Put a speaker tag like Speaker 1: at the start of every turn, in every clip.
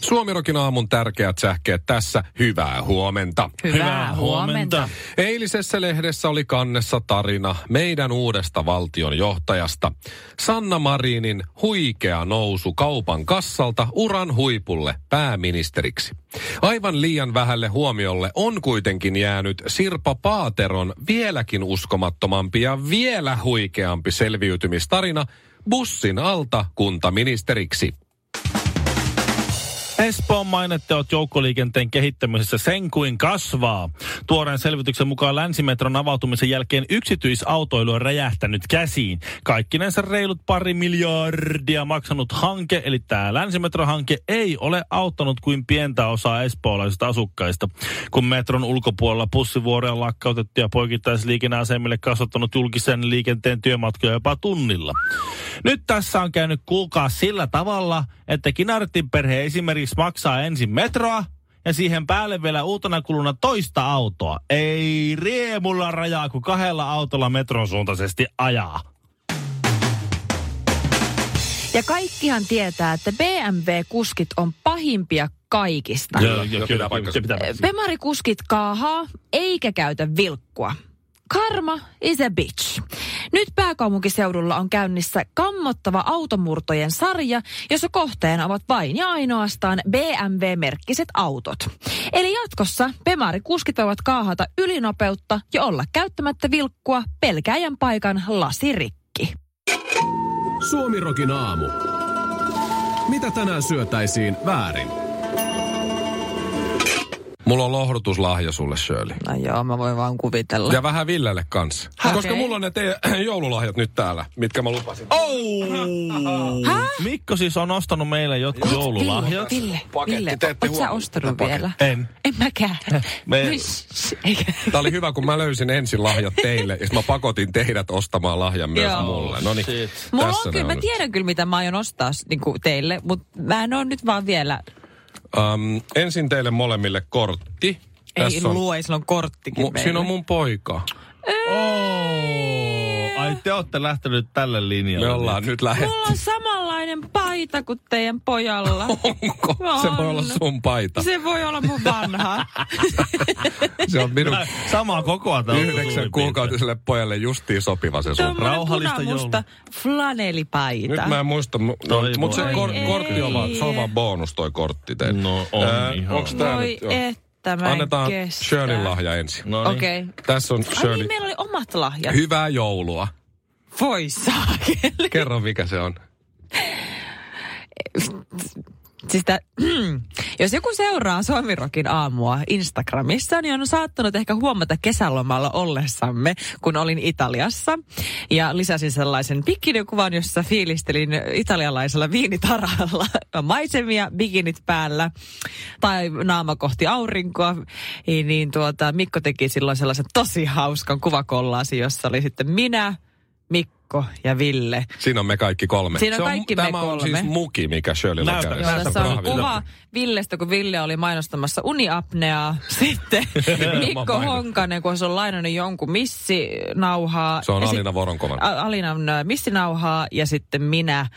Speaker 1: Suomirokin aamun tärkeät sähkeet tässä. Hyvää huomenta.
Speaker 2: Hyvää huomenta.
Speaker 1: Eilisessä lehdessä oli kannessa tarina meidän uudesta valtion johtajasta. Sanna Marinin huikea nousu kaupan kassalta uran huipulle pääministeriksi. Aivan liian vähälle huomiolle on kuitenkin jäänyt Sirpa Paateron vieläkin uskomattomampi ja vielä huikeampi selviytymistarina bussin alta kuntaministeriksi.
Speaker 2: Espoon mainetteot joukkoliikenteen kehittämisessä sen kuin kasvaa. Tuoreen selvityksen mukaan länsimetron avautumisen jälkeen yksityisautoilu on räjähtänyt käsiin. Kaikkinensa reilut pari miljardia maksanut hanke, eli tämä länsimetrohanke ei ole auttanut kuin pientä osaa espoolaisista asukkaista. Kun metron ulkopuolella bussivuoroja lakkautettu ja poikittaisliikenneasemille kasvattanut julkisen liikenteen työmatkoja jopa tunnilla. Nyt tässä on käynyt kuulkaa sillä tavalla, että Kinartin perhe esimerkiksi maksaa ensin metroa ja siihen päälle vielä uutena kuluna toista autoa. Ei riemulla rajaa, kun kahdella autolla metron suuntaisesti ajaa.
Speaker 3: Ja kaikkihan tietää, että BMW-kuskit on pahimpia kaikista.
Speaker 1: Joo, joo, kyllä, se pitää
Speaker 3: Pemarikuskit kaahaa eikä käytä vilkkua. Karma is a bitch. Nyt pääkaupunkiseudulla on käynnissä kammottava automurtojen sarja, jossa kohteena ovat vain ja ainoastaan BMW-merkkiset autot. Eli jatkossa pemarikuskit voivat kaahata ylinopeutta ja olla käyttämättä vilkkua pelkäjän paikan lasirikki.
Speaker 4: Suomirokin aamu. Mitä tänään syötäisiin väärin?
Speaker 1: Mulla on lohdutuslahja sulle, Shirley.
Speaker 3: No joo, mä voin vaan kuvitella.
Speaker 1: Ja vähän Villelle kanssa. Okay.
Speaker 3: Okei.
Speaker 1: Koska mulla on ne teidän joululahjat nyt täällä, mitkä mä lupasin.
Speaker 3: Oh!
Speaker 2: Mikko siis on ostanut meille jotkut joululahjat.
Speaker 3: Ville, Ville,
Speaker 1: Paketti,
Speaker 3: Ville,
Speaker 1: te ette
Speaker 3: oot sä
Speaker 1: huomannut
Speaker 3: ostanut
Speaker 1: tätä
Speaker 3: vielä?
Speaker 2: En.
Speaker 3: En mäkään.
Speaker 2: Me-
Speaker 3: Miss, eikä.
Speaker 1: Tää oli hyvä, kun mä löysin ensin lahjat teille, ja sit mä pakotin teidät ostamaan lahjan myös
Speaker 3: Joo.
Speaker 1: mulle. No niin,
Speaker 2: Shit.
Speaker 3: Mulla
Speaker 1: tässä ne
Speaker 3: on kyllä, mä
Speaker 1: nyt.
Speaker 3: tiedän kyllä mitä mä aion ostaa niin kuin teille, mutta mä en ole nyt vaan vielä,
Speaker 1: Öm, ensin teille molemmille kortti.
Speaker 3: ei luo, ei sillä on korttikin
Speaker 1: mu, siinä on mun poika.
Speaker 2: Oh, ai te olette lähtenyt tälle linjalle.
Speaker 1: Me ollaan nyt lähetty.
Speaker 3: niin. Mulla on samanlainen paita kuin teidän pojalla.
Speaker 1: Onko? Se voi olla sun paita.
Speaker 3: Se voi olla mun vanha.
Speaker 1: Se on minun
Speaker 2: Samaa kokoa tää on
Speaker 1: yhdeksän
Speaker 2: suurin piirtein.
Speaker 1: kuukautiselle pojalle justiin sopiva se sun.
Speaker 3: Tuommoinen
Speaker 2: Rauhallista
Speaker 3: punamusta flanelipaita.
Speaker 1: Nyt mä en muista, mu- no,
Speaker 2: Toi
Speaker 1: mutta se
Speaker 2: voi
Speaker 1: kor-
Speaker 3: ei.
Speaker 1: kortti on vaan, se on vaan bonus toi kortti teille.
Speaker 2: No on ihan.
Speaker 1: Onks tää
Speaker 3: Voi
Speaker 1: nyt? Joo.
Speaker 3: että mä en
Speaker 1: Annetaan
Speaker 3: kestä.
Speaker 1: Shirleyn lahja ensin.
Speaker 2: No niin.
Speaker 3: Okei. Okay.
Speaker 1: Tässä on
Speaker 3: Ai
Speaker 1: Shirley.
Speaker 3: niin, meillä oli omat lahjat.
Speaker 1: Hyvää joulua.
Speaker 3: Voi saakeli.
Speaker 1: Kerro mikä se on.
Speaker 3: Siis tää, jos joku seuraa Suomirokin aamua Instagramissa, niin on saattanut ehkä huomata kesälomalla ollessamme, kun olin Italiassa. Ja lisäsin sellaisen bikini-kuvan, jossa fiilistelin italialaisella viinitaralla maisemia, bikinit päällä tai naama kohti aurinkoa. Niin tuota, Mikko teki silloin sellaisen tosi hauskan kuvakollaasi, jossa oli sitten minä, Mikko ja Ville.
Speaker 1: Siinä on me kaikki kolme.
Speaker 3: Siinä on
Speaker 1: se
Speaker 3: kaikki me
Speaker 1: tämä on
Speaker 3: kolme.
Speaker 1: siis muki, mikä Siis Shirleyllä on
Speaker 2: Näytä-
Speaker 1: kädessä.
Speaker 3: Joo, tässä on
Speaker 1: Kahvilla.
Speaker 3: kuva Villestä, kun Ville oli mainostamassa uniapneaa. Sitten Mikko
Speaker 1: mainos.
Speaker 3: Honkanen, kun se on lainannut jonkun missinauhaa.
Speaker 1: Se on
Speaker 3: Ja sit-
Speaker 1: Alina Voronkovan.
Speaker 3: A- Alinan ö, missinauhaa ja sitten minä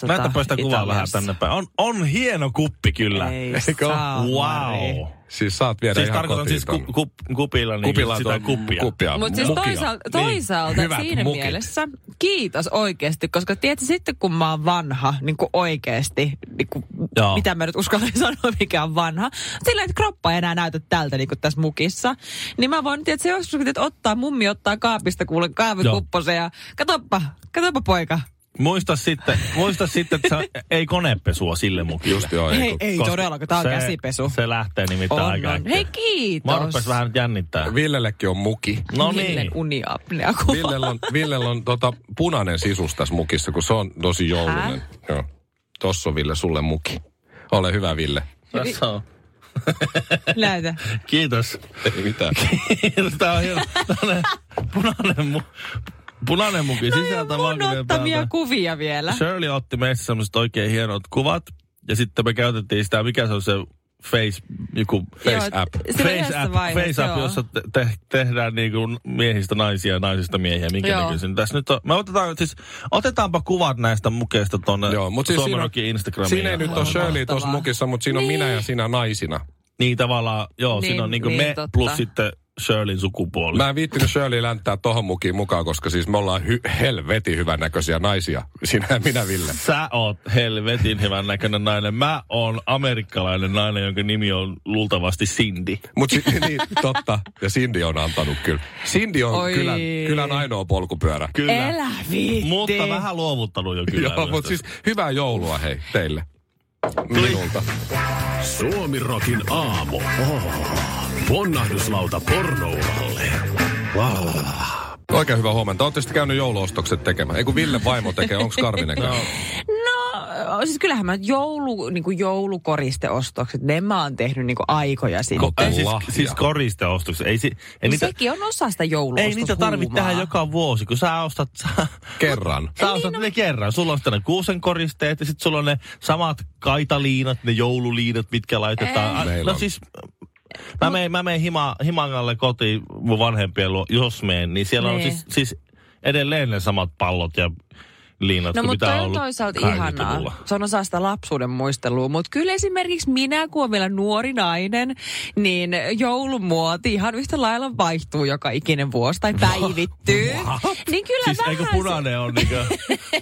Speaker 3: tota,
Speaker 2: Näytäpä sitä kuvaa vähän
Speaker 3: Italiassa.
Speaker 2: tänne päin. On, on hieno kuppi kyllä.
Speaker 3: Ei
Speaker 1: Eikö?
Speaker 3: saa, Mari.
Speaker 2: Wow.
Speaker 1: Siis saat viedä
Speaker 2: Siis
Speaker 1: ihan
Speaker 2: tarkoitan
Speaker 1: kotiin
Speaker 2: siis ku,
Speaker 1: ton.
Speaker 2: ku, kupilla, niin
Speaker 1: Kupilla
Speaker 2: sitä
Speaker 1: tuon-
Speaker 2: kuppia.
Speaker 1: kuppia.
Speaker 3: Mutta siis
Speaker 1: Mukia.
Speaker 3: toisaalta,
Speaker 2: Niin.
Speaker 3: toisaalta
Speaker 1: Hyvät
Speaker 3: siinä
Speaker 1: mukit.
Speaker 3: mielessä kiitos oikeasti, koska tiedätkö sitten kun mä oon vanha, niin kuin oikeasti, niin kuin,
Speaker 2: Joo.
Speaker 3: mitä mä nyt uskallan sanoa, mikä on vanha, sillä että kroppa ei enää näytä tältä niin kuin tässä mukissa, niin mä voin, tiedätkö, joskus kun teet ottaa, mummi ottaa kaapista kuule kaavikupposen ja katoppa, katoppa poika.
Speaker 2: Muista sitten, muista sitten, että sä, ei konepesua sille mukille.
Speaker 1: Just joo, ei
Speaker 3: Ei,
Speaker 1: kun-
Speaker 3: ei
Speaker 2: Koska
Speaker 3: todellakaan, tää on
Speaker 2: se-
Speaker 3: käsipesu.
Speaker 2: Se lähtee nimittäin
Speaker 3: on,
Speaker 2: aika
Speaker 3: on.
Speaker 2: äkkiä.
Speaker 3: Hei kiitos.
Speaker 2: Mä rupes vähän nyt jännittää.
Speaker 1: Villellekin on muki.
Speaker 2: No
Speaker 3: Villen
Speaker 2: niin.
Speaker 3: uniapnea kuva.
Speaker 1: Villellä on, Villellä on tota, punainen sisus tässä mukissa, kun se on tosi joulunen. Joo. Tossa on Ville, sulle muki. Ole hyvä, Ville.
Speaker 2: Tässä on.
Speaker 3: Näytä.
Speaker 2: Kiitos.
Speaker 1: Ei mitään.
Speaker 2: Tämä on hieno. Tällainen punainen, mu- punainen muki sisältä
Speaker 3: No Mun
Speaker 2: valkoinen
Speaker 3: ottamia
Speaker 2: päältä.
Speaker 3: kuvia vielä.
Speaker 2: Shirley otti meistä semmoiset oikein hienot kuvat. Ja sitten me käytettiin sitä, mikä se on se face, joku
Speaker 1: Face
Speaker 3: Joo,
Speaker 1: app.
Speaker 3: siinä
Speaker 2: face
Speaker 3: yhdessä
Speaker 2: app,
Speaker 3: vaiheessa,
Speaker 2: face app
Speaker 3: joo.
Speaker 2: jossa te- te- tehdään niin kuin miehistä naisia ja naisista miehiä. Minkä
Speaker 3: Joo.
Speaker 2: näköisin. Tässä nyt on, me otetaan, siis, otetaanpa kuvat näistä mukeista tuonne
Speaker 1: Joo, mutta siis siinä, on,
Speaker 2: Suomenokin Instagramiin.
Speaker 1: siinä ei nyt ole Shirley
Speaker 3: Mahtavaa.
Speaker 1: tuossa mukissa, mutta siinä on minä ja sinä naisina.
Speaker 2: Niin tavallaan, joo, niin,
Speaker 3: Niin,
Speaker 2: siinä on niin kuin
Speaker 3: niin,
Speaker 2: me
Speaker 3: totta.
Speaker 2: plus sitten Shirleyn sukupuoli.
Speaker 1: Mä en viittinyt Shirley länttää tohon mukiin mukaan, koska siis me ollaan hy- helvetin hyvännäköisiä naisia. Sinä ja minä, Ville.
Speaker 2: Sä oot helvetin hyvän näköinen nainen. Mä oon amerikkalainen nainen, jonka nimi on luultavasti Cindy.
Speaker 1: Mut si- niin, totta. Ja Cindy on antanut kyllä. Cindy on
Speaker 3: Oi.
Speaker 1: kylän, kylän ainoa polkupyörä.
Speaker 2: Kyllä.
Speaker 3: Elä viitti.
Speaker 2: Mutta vähän luovuttanut jo kyllä.
Speaker 1: Joo, mutta siis hyvää joulua hei teille. Minulta.
Speaker 4: Suomirokin aamu. Ponnahduslauta pornouralle.
Speaker 1: Oikein hyvää huomenta. Olette sitten käynyt jouluostokset tekemään. Ei kun Ville vaimo tekee, onko Karvinen käynyt?
Speaker 3: No, siis kyllähän mä joulu, niin kuin joulukoristeostokset, ne mä oon tehnyt niin kuin aikoja sitten.
Speaker 2: Ko- ei, siis,
Speaker 1: Lahja.
Speaker 2: siis koristeostoksia. Ei, si, ei,
Speaker 3: Niin
Speaker 2: niitä,
Speaker 3: Sekin on osa sitä jouluostoshuumaa.
Speaker 2: ei niitä tarvitse tehdä joka vuosi, kun sä ostat, sä,
Speaker 1: Kerran.
Speaker 2: sä ostat
Speaker 3: niin, no-
Speaker 2: ne kerran. Sulla on sitten ne kuusen koristeet ja sitten sulla on ne samat kaitaliinat, ne joululiinat, mitkä laitetaan.
Speaker 1: Ei.
Speaker 2: Ah,
Speaker 1: Meillä
Speaker 2: No
Speaker 1: on.
Speaker 2: siis, mä menen, mä menen hima, himangalle kotiin mun vanhempien luo, jos menen, niin siellä on
Speaker 3: Niin.
Speaker 2: siis, siis edelleen ne samat pallot ja liinat,
Speaker 3: No
Speaker 2: kuin mitä
Speaker 3: mutta toi
Speaker 2: on
Speaker 3: on
Speaker 2: ollut
Speaker 3: toisaalta
Speaker 2: 80-luvulla.
Speaker 3: ihanaa. Se on osa sitä lapsuuden muistelua. Mutta kyllä esimerkiksi minä, kun olen vielä nuori nainen, niin joulumuoti ihan yhtä lailla vaihtuu joka ikinen vuosi
Speaker 2: No.
Speaker 3: tai päivittyy. niin kyllä
Speaker 2: Siis
Speaker 3: vähän
Speaker 2: eikö
Speaker 3: se-
Speaker 2: punainen niin on niinkö?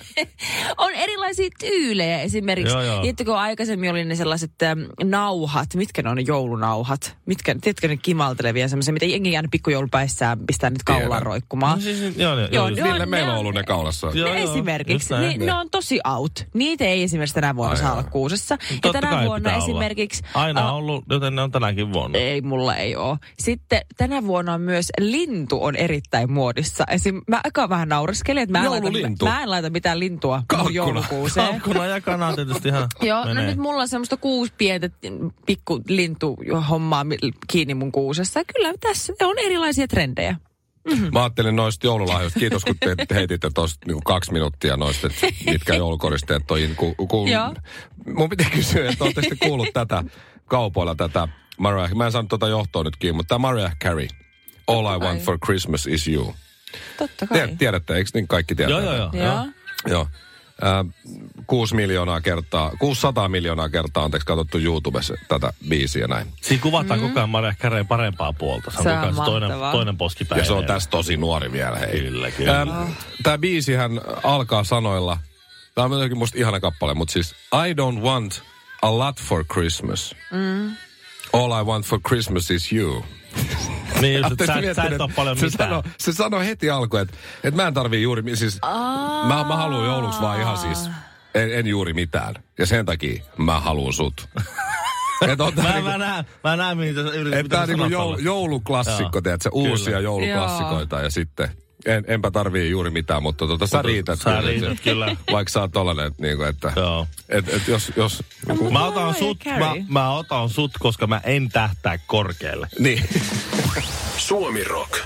Speaker 3: on erilaisia tyylejä esimerkiksi.
Speaker 2: Joo, joo.
Speaker 3: Tiedättekö, kun aikaisemmin oli ne sellaiset äm, nauhat, mitkä ne on ne joulunauhat? Mitkä, tiedätkö ne kimaltelevia semmoisia, mitä jengi aina pikkujoulupäissään pistää nyt kaulaan
Speaker 1: Tiedän.
Speaker 3: roikkumaan?
Speaker 2: No siis, joo, joo,
Speaker 3: Joo,
Speaker 2: joo,
Speaker 3: ne
Speaker 2: joo,
Speaker 3: on-
Speaker 1: Ville, meillä on ollut ne kaulassa.
Speaker 2: Joo.
Speaker 3: No
Speaker 2: just näin.
Speaker 3: esimerkiksi. Niin, ne on tosi out. Niitä ei esimerkiksi tänä vuonna
Speaker 1: Ai
Speaker 3: saa
Speaker 1: joo.
Speaker 3: olla kuusessa. ja
Speaker 2: Totta
Speaker 3: tänä
Speaker 2: kai
Speaker 3: vuonna
Speaker 2: pitää olla.
Speaker 3: esimerkiksi...
Speaker 2: Aina
Speaker 3: äh,
Speaker 2: on ollut, joten ne on tänäänkin vuonna.
Speaker 3: ei, mulla ei ole. Sitten tänä vuonna on myös lintu on erittäin muodissa. Esim, mä aika vähän naureskelin, että mä en, laita,
Speaker 1: Joululintu.
Speaker 3: mä en laita mitään lintua mun
Speaker 1: Kalkkuna.
Speaker 3: joulukuuseen.
Speaker 2: Kalkkuna ja kana tietysti ihan
Speaker 3: Joo,
Speaker 2: menee.
Speaker 3: no nyt mulla on semmoista kuusi pientä pikku lintuhommaa mi- kiinni mun kuusessa. Kyllä tässä on erilaisia trendejä.
Speaker 1: Mä ajattelin noista joululahjoista. Kiitos, kun te heititte tuossa niinku kaksi minuuttia noista, että mitkä joulukoristeet toi. Ku, ku,
Speaker 3: Joo.
Speaker 1: mun piti kysyä, että ootteko te kuullut tätä kaupoilla tätä Mariah, mä en saanut tuota johtoa nyt kiinni, mutta tämä Mariah Carey. All I want for Christmas is you.
Speaker 3: Totta kai.
Speaker 1: Tiedät, tiedätte, eikö niin kaikki tietää?
Speaker 2: Joo, joo, joo.
Speaker 3: Joo.
Speaker 1: Joo. Äh, 6 miljoonaa kertaa, 600 miljoonaa kertaa, anteeksi, katsottu YouTubessa tätä biisiä näin.
Speaker 2: Siinä kuvataan koko ajan Maria Käreen parempaa puolta. Se on,
Speaker 3: Se
Speaker 2: koko ajan
Speaker 3: on
Speaker 2: se toinen,
Speaker 3: mahtavaa.
Speaker 2: toinen poski
Speaker 1: Ja
Speaker 2: päivänä.
Speaker 1: se on tässä Ähm, tosi nuori vielä, hei.
Speaker 2: Kyllä, kyllä.
Speaker 1: Tämä biisihän alkaa sanoilla, tämä on jotenkin musta ihana kappale, mutta siis I don't want a lot for Christmas. All I want for Christmas is you.
Speaker 2: Niin just, että
Speaker 1: Ootteko te
Speaker 2: sä, sä et
Speaker 1: miettineet?
Speaker 2: ole paljon
Speaker 1: se
Speaker 2: mitään.
Speaker 1: sanoi, se sanoi heti alkuun, että, että mä en tarvii juuri, mi- siis mä, mä haluan jouluksi vaan ihan siis, en, en juuri mitään. Ja sen takia mä haluan sut. Et on tää
Speaker 2: Mä,
Speaker 1: niinku-
Speaker 2: mä, näen, mä näen, mitä sä yrität.
Speaker 1: että
Speaker 2: mitä
Speaker 1: tämä
Speaker 2: sä
Speaker 1: on niinku
Speaker 2: sanot
Speaker 1: joul,
Speaker 2: tuolla.
Speaker 1: jouluklassikko,
Speaker 2: Joo.
Speaker 1: tiedätkö,
Speaker 2: Kyllä.
Speaker 1: uusia jouluklassikoita ja sitten en, enpä tarvii juuri mitään, mutta tota, sä
Speaker 2: Mutta
Speaker 1: riität.
Speaker 2: sä
Speaker 1: kyllä,
Speaker 2: riität,
Speaker 1: että-
Speaker 2: kyllä.
Speaker 1: Vaikka sä oot tollanen, että, niinku, että
Speaker 2: Joo.
Speaker 1: et, et, jos, jos,
Speaker 3: No,
Speaker 2: Mä otan,
Speaker 3: Mariah
Speaker 2: sut, mä,
Speaker 3: Carey.
Speaker 2: mä otan sut, koska mä en tähtää korkealle. Siis
Speaker 1: niin.
Speaker 4: Suomirok.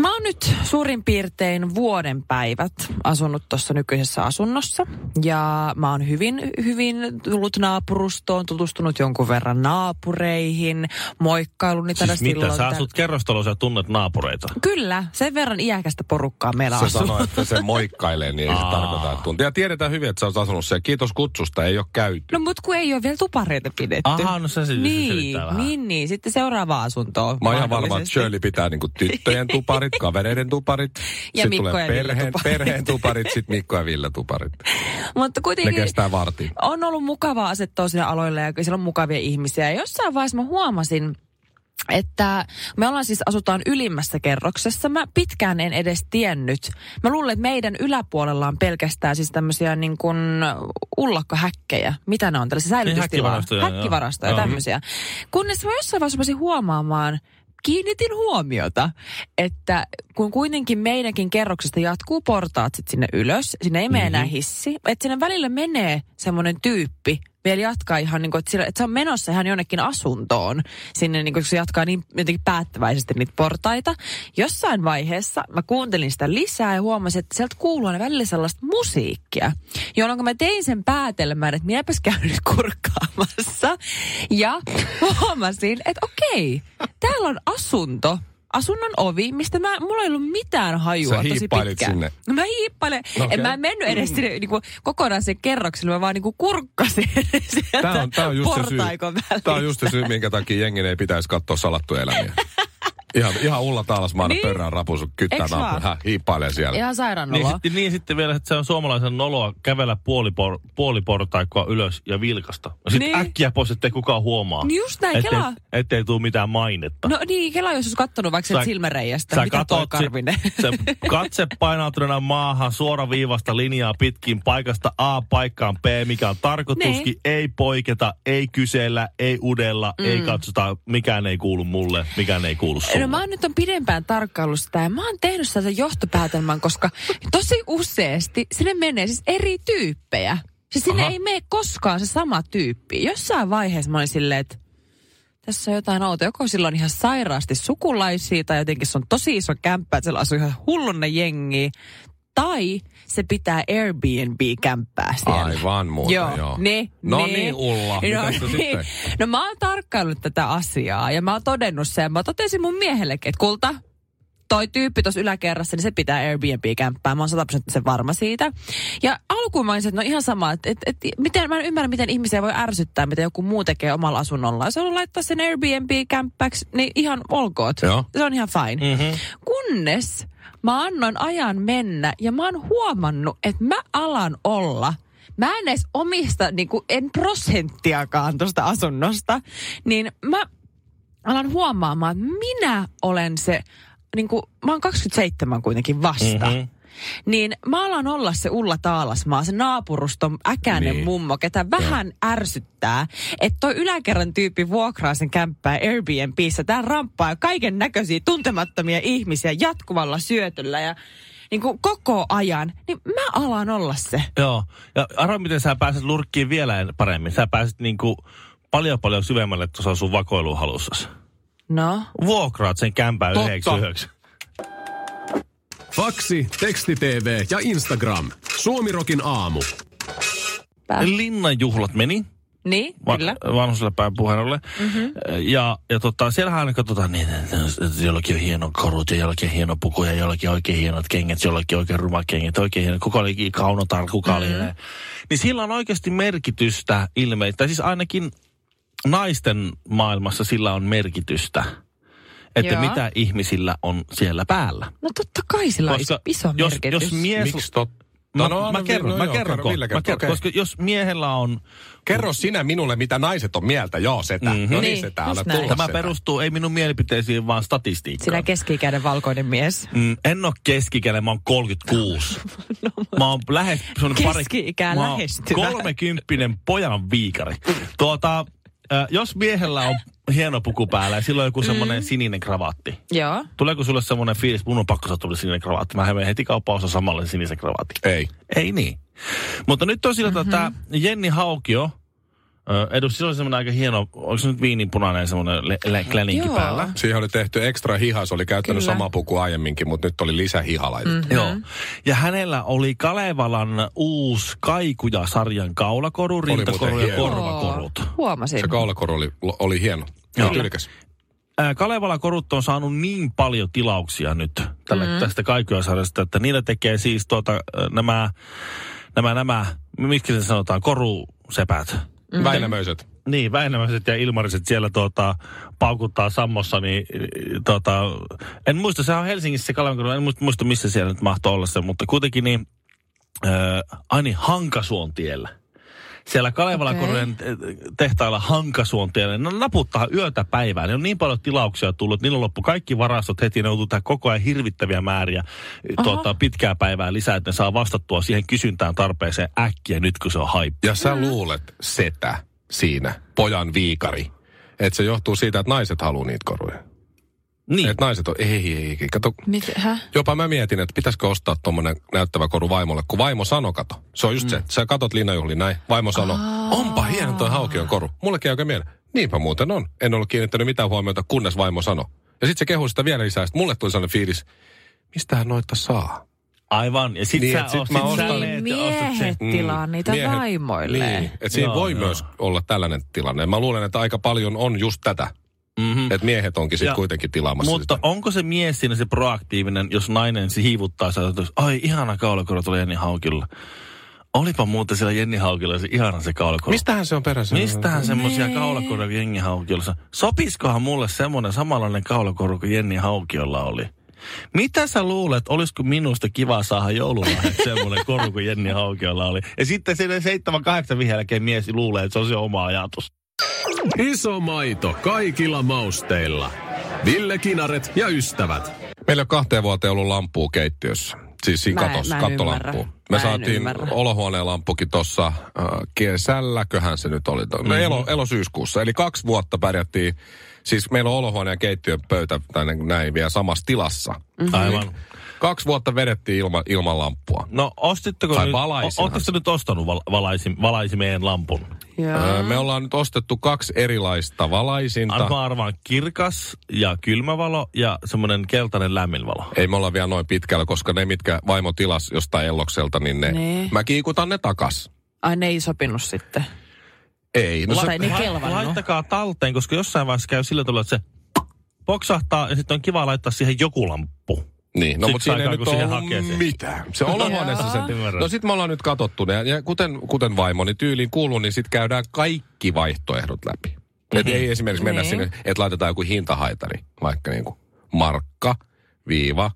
Speaker 3: Mä oon nyt suurin piirtein vuoden päivät asunut tuossa nykyisessä asunnossa. Ja mä oon hyvin, hyvin tullut naapurustoon, tutustunut jonkun verran naapureihin, moikkaillut niitä
Speaker 2: Siis
Speaker 3: aina
Speaker 2: mitä, sä
Speaker 3: tällöin.
Speaker 2: asut kerrostalossa ja tunnet naapureita.
Speaker 3: Kyllä, sen verran iäkästä porukkaa meillä
Speaker 1: Se
Speaker 3: asuu.
Speaker 1: sanoi, että se moikkailee, niin ei se
Speaker 2: Aa.
Speaker 1: tarkoita, että tuntee. Ja tiedetään hyvin, että sä oot asunut siellä. Kiitos kutsusta, ei ole käyty.
Speaker 3: No mut kun ei ole vielä tupareita pidetty.
Speaker 2: Aha, no se siis
Speaker 3: niin,
Speaker 2: selittää vähän.
Speaker 3: niin, niin, sitten seuraava asunto.
Speaker 1: Mä oon ihan varma, että Shirley pitää niinku tyttöjen tuparit, kavereiden tuparit.
Speaker 3: Ja
Speaker 1: sit
Speaker 3: Mikko
Speaker 1: tulee
Speaker 3: ja Ville
Speaker 1: perheen,
Speaker 3: tuparit.
Speaker 1: perheen tuparit, sit Mikko ja Ville tuparit.
Speaker 3: Mutta
Speaker 1: Ne
Speaker 3: kuitenkin...
Speaker 1: kestää vartin.
Speaker 3: on ollut mukavaa asettua sinne aloille ja siellä on mukavia ihmisiä. Ja jossain vaiheessa mä huomasin, että me ollaan siis asutaan ylimmässä kerroksessa. Mä pitkään en edes tiennyt. Mä luulen, että meidän yläpuolella on pelkästään siis tämmöisiä niin kuin ullakkohäkkejä. Mitä ne on tällaisia
Speaker 1: Niin,
Speaker 3: säilytystilaa?
Speaker 2: häkkivarastoja, joo.
Speaker 3: Häkkivarastoja,
Speaker 2: Joo.
Speaker 3: tämmöisiä. Kunnes mä jossain vaiheessa rupesin huomaamaan, kiinnitin huomiota, että kun kuitenkin meidänkin kerroksesta jatkuu portaat sit sinne ylös, sinne ei mene enää hissi, että sinne välillä menee semmoinen tyyppi vielä jatkaa ihan niin kuin, että, sillä, että se on menossa ihan jonnekin asuntoon sinne, niin kuin, kun se jatkaa niin jotenkin päättäväisesti niitä portaita. Jossain vaiheessa mä kuuntelin sitä lisää ja huomasin, että sieltä kuuluu aina välillä sellaista musiikkia, jolloin mä tein sen päätelmän, että minäpäs käyn nyt kurkkaamassa. Ja huomasin, että okei, täällä on asunto, asunnon ovi, mistä mä, mulla ei ollut mitään hajua
Speaker 1: Sä
Speaker 3: tosi
Speaker 1: hiippailit
Speaker 3: pitkään.
Speaker 1: sinne.
Speaker 3: No mä hiippailen. Okay.
Speaker 1: Okei. Mm.
Speaker 3: En mä en mennyt edes sinne, niinku, kokonaan sen kerrokselle, mä vaan niinku kurkkasin sieltä
Speaker 1: Tämä on, tämä on just se syy,
Speaker 3: portaikon välistä.
Speaker 1: tämä on just se syy, minkä takia jengin ei pitäisi katsoa salattuja elämiä. Ihan, ihan Ulla Taalasmaana
Speaker 3: Niin.
Speaker 1: niin. pörrään rapusu, kyttää
Speaker 3: Eiks vaan?
Speaker 1: naapuri, hän hiippailee siellä.
Speaker 3: Ihan sairaan
Speaker 2: Niin,
Speaker 3: oloa.
Speaker 2: sitten, niin sitten vielä, että se on suomalaisen noloa kävellä puolipor, puoliportaikkoa ylös ja vilkasta. Sitten
Speaker 3: Niin.
Speaker 2: niin. äkkiä pois, ettei kukaan huomaa.
Speaker 3: Niin just näin,
Speaker 2: ettei,
Speaker 3: kelaa.
Speaker 2: ettei tuu mitään mainetta.
Speaker 3: No niin, Kela, jos olisi kattonut vaikka sen silmäreijästä, mitä toi
Speaker 2: si-
Speaker 3: Karvinen.
Speaker 2: se katse painautuneena maahan suoraviivasta linjaa pitkin paikasta A paikkaan B, mikä on tarkoituskin.
Speaker 3: Niin.
Speaker 2: Ei poiketa, ei kysellä, ei udella, mm. ei katsota, mikään ei kuulu mulle, mikään ei kuulu sulle.
Speaker 3: No mä oon nyt on pidempään tarkkaillut sitä ja mä oon tehnyt sitä johtopäätelmän, koska tosi useasti sinne menee siis eri tyyppejä. Siis sinne Aha.
Speaker 2: Aha.
Speaker 3: ei mene koskaan se sama tyyppi. Jossain vaiheessa mä olin silleen, että tässä on jotain outoa. Joko sillä on ihan sairaasti sukulaisia tai jotenkin se on tosi iso kämppä, että siellä asuu ihan hullunne jengi. Tai se pitää Airbnb-kämppää siellä.
Speaker 1: Aivan muuta, joo. joo.
Speaker 3: Niin,
Speaker 1: no niin, Ulla, mitäs se sitten?
Speaker 3: No mä oon tarkkaillut tätä asiaa ja mä oon todennut sen. Mä totesin mun miehellekin, että kulta, toi tyyppi tuossa yläkerrassa, niin se pitää Airbnb-kämppää. Mä oon 100 sen varma siitä. Ja alkuun mä olin se, että no ihan sama, että, että, että miten, mä en ymmärrä, miten ihmisiä voi ärsyttää, mitä joku muu tekee omalla asunnolla. Jos haluaa laittaa sen Airbnb-kämppäksi, niin ihan olkoot.
Speaker 1: Joo.
Speaker 3: Se on ihan fine. Mm-hmm. Kunnes mä annoin ajan mennä ja mä oon huomannut, että mä alan olla Mä en edes omista, niin kuin, en prosenttiakaan tuosta asunnosta. Niin mä alan huomaamaan, että minä olen se, niin kuin, mä oon 27 kuitenkin vasta. Mm-hmm.
Speaker 2: Mhm.
Speaker 3: Niin mä alan olla se Ulla Taalasmaa, se naapuruston äkäinen niin.
Speaker 1: Niin.
Speaker 3: mummo, ketä vähän ärsyttää, että toi yläkerran tyyppi vuokraa sen kämppää Airbnbissä. Tää ramppaa kaiken näköisiä tuntemattomia ihmisiä jatkuvalla syötöllä ja niin kuin koko ajan. Niin mä alan olla se.
Speaker 2: Joo. Ja arvo, miten sä pääset lurkkiin vielä en- paremmin. Sä pääset niinku paljon paljon syvemmälle tuossa sun vakoiluhalussasi.
Speaker 3: No,
Speaker 2: Vuokraat sen kämpään
Speaker 1: Totta.
Speaker 2: 99.
Speaker 4: Faksi, teksti TV ja Instagram. Suomirokin aamu.
Speaker 3: pää.
Speaker 2: Linnanjuhlat meni.
Speaker 3: Niin, kyllä.
Speaker 2: vanhuslepäin puhelulle. Mm-hmm. Ja, ja tota, siellähän aina katsotaan niin, että että jollakin on hieno korut ja jollakin on hieno puku ja jollakin oikein hienot kengät, jollakin oikein rumat kengät, oikein hieno, kuka oli kaunotar, kuka oli. Mm-hmm. Niin sillä on oikeasti merkitystä ilmeisesti, tai siis ainakin naisten maailmassa sillä on merkitystä, että
Speaker 3: Joo.
Speaker 2: Joo. mitä ihmisillä on siellä päällä.
Speaker 3: No totta kai sillä on iso- iso
Speaker 2: jos,
Speaker 3: merkitys.
Speaker 2: jos mies...
Speaker 1: Miksi totta?
Speaker 2: Mä, no, mä
Speaker 1: vi-
Speaker 2: kerron, mä
Speaker 1: joo,
Speaker 2: kerron,
Speaker 1: kerro, Ville
Speaker 2: kerron,
Speaker 1: kertoo,
Speaker 2: mä kerron
Speaker 1: okei.
Speaker 2: koska jos miehellä on
Speaker 1: Kerro sinä minulle, mitä naiset on mieltä. Joo, setä.
Speaker 2: Mhm.
Speaker 1: Mm-hmm. No niin,
Speaker 3: Niin,
Speaker 1: setä,
Speaker 3: just
Speaker 1: anna
Speaker 3: näin.
Speaker 1: tulla
Speaker 2: Tämä
Speaker 1: setä.
Speaker 2: perustuu ei minun mielipiteisiin, vaan statistiikkaan.
Speaker 3: Sinä keski-ikäinen valkoinen mies.
Speaker 2: Mm, en ole keskikäinen, mä oon
Speaker 3: No,
Speaker 2: 36. mä oon lähes... sun
Speaker 3: Keski-ikää
Speaker 2: mä oon
Speaker 3: lähestyvä.
Speaker 2: kolmekymppinen pojan viikari. Tuota, äh, jos miehellä on hieno puku päällä ja silloin
Speaker 3: Mm.
Speaker 2: joku semmoinen sininen kravaatti.
Speaker 3: Joo.
Speaker 2: Tuleeko sulle semmoinen fiilis, mun on pakko saada tulla sininen kravaatti. Mä menen heti kauppaan osa samalle sinisen kravaatti.
Speaker 1: Ei.
Speaker 2: Ei niin. Mutta nyt on sillä mm-hmm. tämä Jenni Haukio, ö, edus, sillä oli semmoinen aika hieno, onko se nyt viininpunainen semmoinen le- le- kläninki
Speaker 3: Joo.
Speaker 2: päällä.
Speaker 1: Siihen oli tehty ekstra hiha, se oli käyttänyt
Speaker 3: Kyllä.
Speaker 1: sama puku aiemminkin, mutta nyt oli lisähiha laitettu. Mm.
Speaker 2: Joo. Ja hänellä oli Kalevalan uusi Kaikuja-sarjan kaulakoru,
Speaker 1: muuten
Speaker 2: rintakoru ja
Speaker 1: hieno.
Speaker 2: korvakorut.
Speaker 3: Huomasin.
Speaker 1: Se kaulakoru oli, oli hieno.
Speaker 2: Joo.
Speaker 1: Joo. Tyylikäs.
Speaker 2: Ää, Kalevala-korut on saanut niin paljon tilauksia nyt tälle,
Speaker 1: Mm-hmm.
Speaker 2: mm. tästä Kaikuja-sarjasta, että niillä tekee siis tuota, ä, nämä, nämä, nämä, miksi se sanotaan, korusepät.
Speaker 1: Mm. Väinämöiset.
Speaker 2: Niin, Väinämäiset ja Ilmariset siellä tuota, paukuttaa sammossa, niin y- tuota, en muista, sehän on Helsingissä se Kalevankorva, en muista, muista missä siellä nyt mahtoi olla se, mutta kuitenkin niin, äh, Ani Hankasuon tiellä. Siellä Kalevalankorven okay. tehtailla Hankasuon tiellä, ne naputtaa yötä päivää, ne on niin paljon tilauksia tullut, niillä on loppu kaikki varastot heti, ne joutuu tähän koko ajan hirvittäviä määriä tuota, pitkää päivää lisää, että ne saa vastattua siihen kysyntään tarpeeseen äkkiä nyt, kun se on hype.
Speaker 1: Ja sä luulet setä siinä, pojan viikari. Että se johtuu siitä, että naiset haluaa niitä koruja.
Speaker 2: Niin.
Speaker 1: Että naiset on, ei, ei, ei. Kato,
Speaker 3: Mit, hä?
Speaker 1: Jopa mä mietin, että pitäisikö ostaa tuommoinen näyttävä koru vaimolle, kun vaimo sano kato. Se on just mm. se, sä katot linnajuhli näin, vaimo sano, onpa hieno toi haukion koru. Mullekin käy oikein mieleen. Niinpä muuten on. En ollut kiinnittänyt mitään huomiota, kunnes vaimo sano. Ja sitten se kehui sitä vielä lisää, että mulle tuli sellainen fiilis, mistähän noita saa?
Speaker 2: Aivan. Ja sit
Speaker 1: Niin,
Speaker 2: niin,
Speaker 1: et
Speaker 2: sä,
Speaker 1: sit
Speaker 2: sit
Speaker 1: mä
Speaker 2: sit sä
Speaker 1: ostan-
Speaker 2: meet ja ostat sen.
Speaker 3: Miehet tilaa niitä
Speaker 1: Mm. miehet-
Speaker 3: vaimoilleen.
Speaker 1: Niin, että siinä
Speaker 2: Joo,
Speaker 1: voi
Speaker 2: joo.
Speaker 1: myös olla tällainen tilanne. Mä luulen, että aika paljon on just tätä,
Speaker 2: Mhm.
Speaker 1: että miehet onkin sitten
Speaker 2: Ja-
Speaker 1: kuitenkin tilaamassa
Speaker 2: Mutta
Speaker 1: sitä.
Speaker 2: onko se mies siinä se proaktiivinen, jos nainen se hiivuttaa sitä, että ai ihana kaulakoro tuli Jenni Haukilla. Olipa muuten siellä Jenni Haukilla se ihana se kaulakoro.
Speaker 1: Mistähän se on peräisin?
Speaker 2: Mistähän semmoisia kaulakoruja Jenni Haukiolla? sa- Sopiskohan mulle semmoinen samanlainen kaulakoru kuin Jenni Haukiolla oli? Mitä sä luulet, olisiko minusta kiva saada joululahjaksi semmoinen koru kuin Jenni Haukiolla oli? Ja sitten siinä seitsemän, kahdeksan vihjän jälkeen mies luulee, että se on se oma ajatus.
Speaker 4: Iso maito kaikilla mausteilla. Ville Kinaret ja ystävät.
Speaker 1: Meillä on kahteen vuoteen ollut lamppua keittiössä. Siis siinä
Speaker 3: Mä en-
Speaker 1: katossa,
Speaker 3: mä en
Speaker 1: kattolamppu.
Speaker 3: ymmärrä.
Speaker 1: Me
Speaker 3: Mä en
Speaker 1: saatiin
Speaker 3: ymmärrä.
Speaker 1: olohuoneen lamppukin tuossa äh, kesälläköhän se nyt oli. Mm-hmm.
Speaker 3: Mhm.
Speaker 1: Elo, elosyyskuussa. Eli kaksi vuotta pärjättiin. Siis meillä on olohuone ja keittiön pöytä tai niin kuin näin vielä samassa tilassa. Mm-hmm.
Speaker 2: Aivan.
Speaker 1: Kaksi vuotta vedettiin ilma, ilman lamppua.
Speaker 2: No ostitteko
Speaker 1: Tai
Speaker 2: nyt,
Speaker 1: valaisinhan
Speaker 2: o- ootteko nyt ostanut val- valaisim, valaisimeen lampun?
Speaker 3: Joo.
Speaker 1: Öö, me ollaan nyt ostettu kaksi erilaista valaisinta.
Speaker 2: Anna mä arvaan kirkas ja kylmä valo ja semmoinen keltainen lämmin valo.
Speaker 1: Ei me olla vielä noin pitkällä, koska ne, mitkä vaimo tilas jostain Ellokselta, niin ne...
Speaker 3: Ne.
Speaker 1: Mä kiikutan ne takas.
Speaker 3: Ai ne ei sopinut sitten.
Speaker 1: Ei. No
Speaker 3: No,
Speaker 1: se,
Speaker 3: tai ne
Speaker 2: La-
Speaker 3: kelvannut. No,
Speaker 2: Laittakaa talteen, koska jossain vaiheessa käy sillä tavalla, että se poksahtaa ja sitten on kiva laittaa siihen joku lamppu.
Speaker 1: Niin, no
Speaker 2: Siksi
Speaker 1: mutta siinä ei
Speaker 2: aikaa,
Speaker 1: nyt
Speaker 2: kun siihen
Speaker 1: ole
Speaker 2: hakee se.
Speaker 1: mitään. Se olohuoneessa sen.
Speaker 2: Ymmärrän.
Speaker 1: No sit me ollaan nyt katsottu ne. Ja kuten, kuten vaimoni tyyliin kuuluu, niin sit käydään kaikki vaihtoehdot läpi. Et ei esimerkiksi mennä
Speaker 3: Niin.
Speaker 1: sinne, että laitetaan joku hintahaitari, vaikka niinku markka, viiva,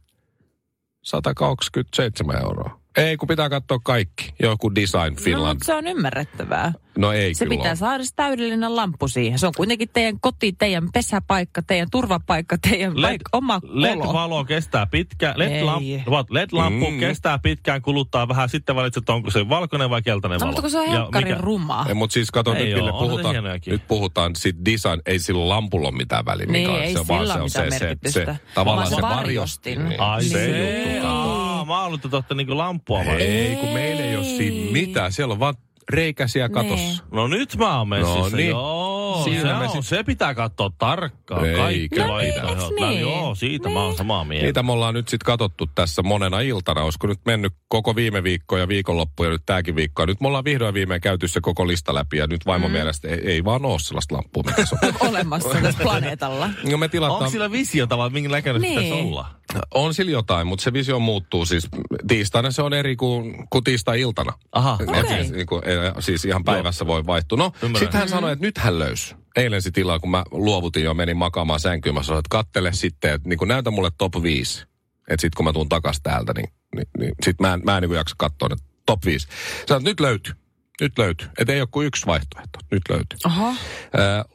Speaker 1: 127 euroa. Ei, kun pitää katsoa kaikki. Joku Design
Speaker 3: No,
Speaker 1: Finland.
Speaker 3: mutta se on ymmärrettävää.
Speaker 1: No ei
Speaker 3: se
Speaker 1: kyllä
Speaker 3: pitää
Speaker 1: ole.
Speaker 3: saada se täydellinen lamppu siihen. Se on kuitenkin teidän koti, teidän pesäpaikka, teidän turvapaikka, teidän
Speaker 2: LED-
Speaker 3: paik- oma kolo.
Speaker 2: LED-valo kestää pitkään,
Speaker 3: Ei.
Speaker 2: LED-lamppu, LED-lamppu
Speaker 1: Mm.
Speaker 2: mm. kestää pitkään, kuluttaa vähän, sitten valitset, onko se valkoinen vai keltainen
Speaker 3: No,
Speaker 2: valo.
Speaker 3: mutta kun se on
Speaker 2: Ja
Speaker 3: helkkarin
Speaker 2: mikä-
Speaker 3: ruma.
Speaker 1: Ei, mutta siis kato
Speaker 2: Ei
Speaker 1: nyt,
Speaker 2: oo,
Speaker 1: Ville,
Speaker 2: onhan se
Speaker 1: puhutaan,
Speaker 2: hienojakin.
Speaker 1: nyt puhutaan sit design, ei sillä lampulla ole mitään väliä,
Speaker 3: Niin,
Speaker 1: mikä
Speaker 3: ei
Speaker 1: se, vaan
Speaker 3: sillä
Speaker 1: se on
Speaker 3: ole
Speaker 1: se,
Speaker 3: mitään
Speaker 1: se, se,
Speaker 3: merkitystä.
Speaker 1: tavallaan
Speaker 3: Vaan
Speaker 1: se
Speaker 3: se
Speaker 1: varjostin.
Speaker 3: varjostin.
Speaker 1: Niin,
Speaker 2: Ai
Speaker 1: se
Speaker 2: se, Aa, mä oon olette niinku lampua vai?
Speaker 1: Ei, kun meillä ei ole
Speaker 3: Niin.
Speaker 1: siinä mitään. Siellä on vaan reikäsiä katossa.
Speaker 2: No nyt mä oon messissä,
Speaker 1: No niin.
Speaker 2: joo.
Speaker 1: Siinä
Speaker 2: se,
Speaker 1: me
Speaker 2: on,
Speaker 1: sit-
Speaker 2: se pitää katsoa tarkkaan.
Speaker 1: Eikä
Speaker 2: Kaikki
Speaker 1: No
Speaker 2: vaihtoehdot.
Speaker 3: eiks
Speaker 2: Mä-
Speaker 3: niin?
Speaker 2: Joo, siitä mä oon samaa mieltä.
Speaker 1: Niitä me ollaan nyt sitten katsottu tässä monena iltana. Olisiko nyt mennyt koko viime viikko ja viikonloppu ja nyt tämäkin viikko. Ja nyt me ollaan vihdoin viimein käyty se koko lista läpi ja nyt
Speaker 3: Mm.
Speaker 1: vaimon mielestä ei, ei vaan ole sellaista lamppua, mikä se on.
Speaker 3: olemassa tässä planeetalla.
Speaker 1: No me
Speaker 2: Onko
Speaker 1: tilataan,
Speaker 2: sillä visiota vai minkä näköinen niin.
Speaker 3: Niin.
Speaker 2: pitäisi olla?
Speaker 1: on sillä jotain, mutta se visio muuttuu siis. Tiistaina se on eri kuin, kuin tiistai-iltana.
Speaker 2: Aha.
Speaker 1: Et
Speaker 3: Okei.
Speaker 1: Siis, niin kuin, siis ihan päivässä voi vaihtua. No,
Speaker 2: Ymmärrän.
Speaker 1: sitten hän sanoi, että nyt hän löysi. Eilen sit illalla, kun mä luovutin jo, menin makaamaan sänkyyn, mä sanoin, että kattele sitten, että niin kuin näytä mulle top 5. Että sitten kun mä tuun takas täältä, niin, niin, niin sit mä en, mä en niin jaksa katsoa ne top 5. Sanoin, että nyt löytyy. Nyt löytyy. Että ei ole kuin yksi vaihtoehto. Nyt löytyy.
Speaker 3: Oho.
Speaker 1: Äh,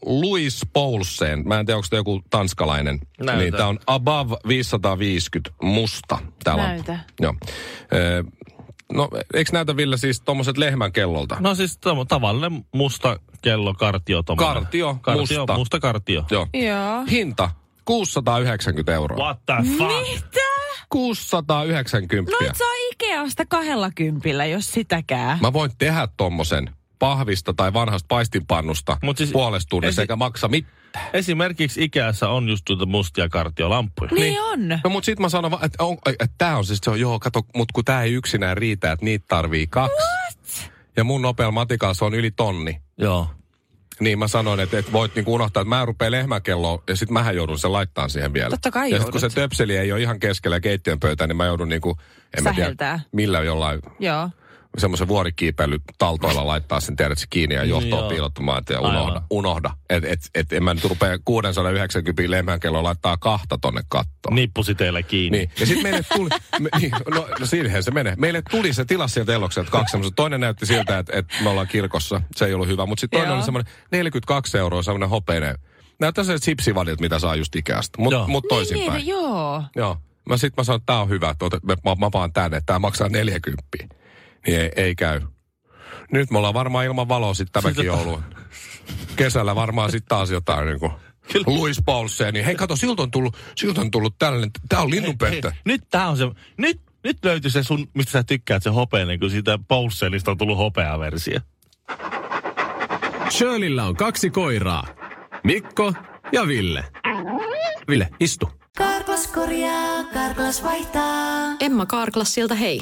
Speaker 1: Louis Poulsen, mä en tiedä onko se joku tanskalainen,
Speaker 2: Näytä.
Speaker 1: niin tämä on Above 550 musta. Tää
Speaker 3: Näytä.
Speaker 1: Lamppu. Joo. Äh, no eikö näytä Ville siis tommoset lehmän kellolta?
Speaker 2: No siis tom, tavallinen musta kello, kartio tommonen.
Speaker 1: Kartio,
Speaker 2: kartio
Speaker 1: musta.
Speaker 2: musta. musta kartio.
Speaker 1: Joo.
Speaker 3: Joo.
Speaker 1: Hinta 690 euroa.
Speaker 2: What the
Speaker 3: Niin.
Speaker 2: fuck?
Speaker 3: Mitä?
Speaker 1: 690.
Speaker 3: No et saa Ikeasta kahdella kympillä, jos sitäkään.
Speaker 1: Mä voin tehdä tommosen pahvista tai vanhasta paistinpannusta
Speaker 2: Mut
Speaker 1: siis,
Speaker 2: siis-
Speaker 1: puolesta tunnissa,
Speaker 2: esi-
Speaker 1: eikä maksa mitään.
Speaker 2: Esimerkiksi Ikeassa on just tuota mustia kartiolamppuja.
Speaker 3: niin, on.
Speaker 1: No mut sit mä sanon vaan, että on, ai, että tää on siis se, on, joo, kato, mut kun tää ei yksinään riitä, että niitä tarvii kaksi. What? Ja mun nopealla matikalla se on yli tonni.
Speaker 2: Joo.
Speaker 1: Niin mä sanoin, että, että voit niinku unohtaa, että mä rupean lehmäkelloon ja sit mähän joudun sen laittaa siihen vielä.
Speaker 3: Totta kai
Speaker 1: Ja sit kun se
Speaker 3: joudut.
Speaker 1: töpseli ei ole ihan keskellä keittiön pöytää, niin mä joudun niinku, en mä tiedä,
Speaker 3: Säheltää.
Speaker 1: millä jollain
Speaker 3: Joo.
Speaker 1: semmoisen vuorikiipeily taltoilla laittaa sen tiedät se kiinni ja johtoon
Speaker 2: Joo.
Speaker 1: piilottamaan, että
Speaker 2: Aivan.
Speaker 1: unohda, unohda. Et, et, et, en mä nyt rupea 690 lehmänkelloa laittaa kahta tonne kattoon.
Speaker 2: Nippusiteillä kiinni.
Speaker 1: Niin. Ja sitten meille tuli, me, niin, no, no siinähän se menee. Meille tuli se tilas sieltä Ellokselta kaksi semmoista. Toinen näytti siltä, että, että me ollaan kirkossa. Se ei ollut hyvä. Mutta sitten toinen
Speaker 3: Joo.
Speaker 1: oli semmoinen 42 euroa, semmoinen hopeinen. Näyttää se sipsivadilta, mitä saa just Ikeasta. Mutta
Speaker 2: Joo.
Speaker 1: mut
Speaker 3: Niin,
Speaker 1: toisinpäin.
Speaker 3: niin, joo.
Speaker 1: Joo. Mä sit mä sanon, että tää on hyvä, että ota- mä, mä, mä vaan tänne, että tää maksaa 40. Niin ei, ei käy. Nyt me ollaan varmaan ilman valoa sitten tämäkin
Speaker 2: Sitten-
Speaker 1: joulu. Kesällä varmaan sitten taas jotain niin kuin
Speaker 2: Kyllä.
Speaker 1: Louis Paulseni. Hei, kato, siltä on tullut, siltä on tullut tällainen, tää on linnunpönttö.
Speaker 2: Hei, Nyt tää on se, nyt, nyt löytyy se sun, mistä sä tykkäät se hopeinen, kun siitä Paulselista on tullut hopeaversio.
Speaker 4: Shirleyllä on kaksi koiraa. Mikko ja Ville. Ville, istu.
Speaker 5: Karklas korjaa, Karklas vaihtaa.
Speaker 6: Emma Kaarklas siltä hei.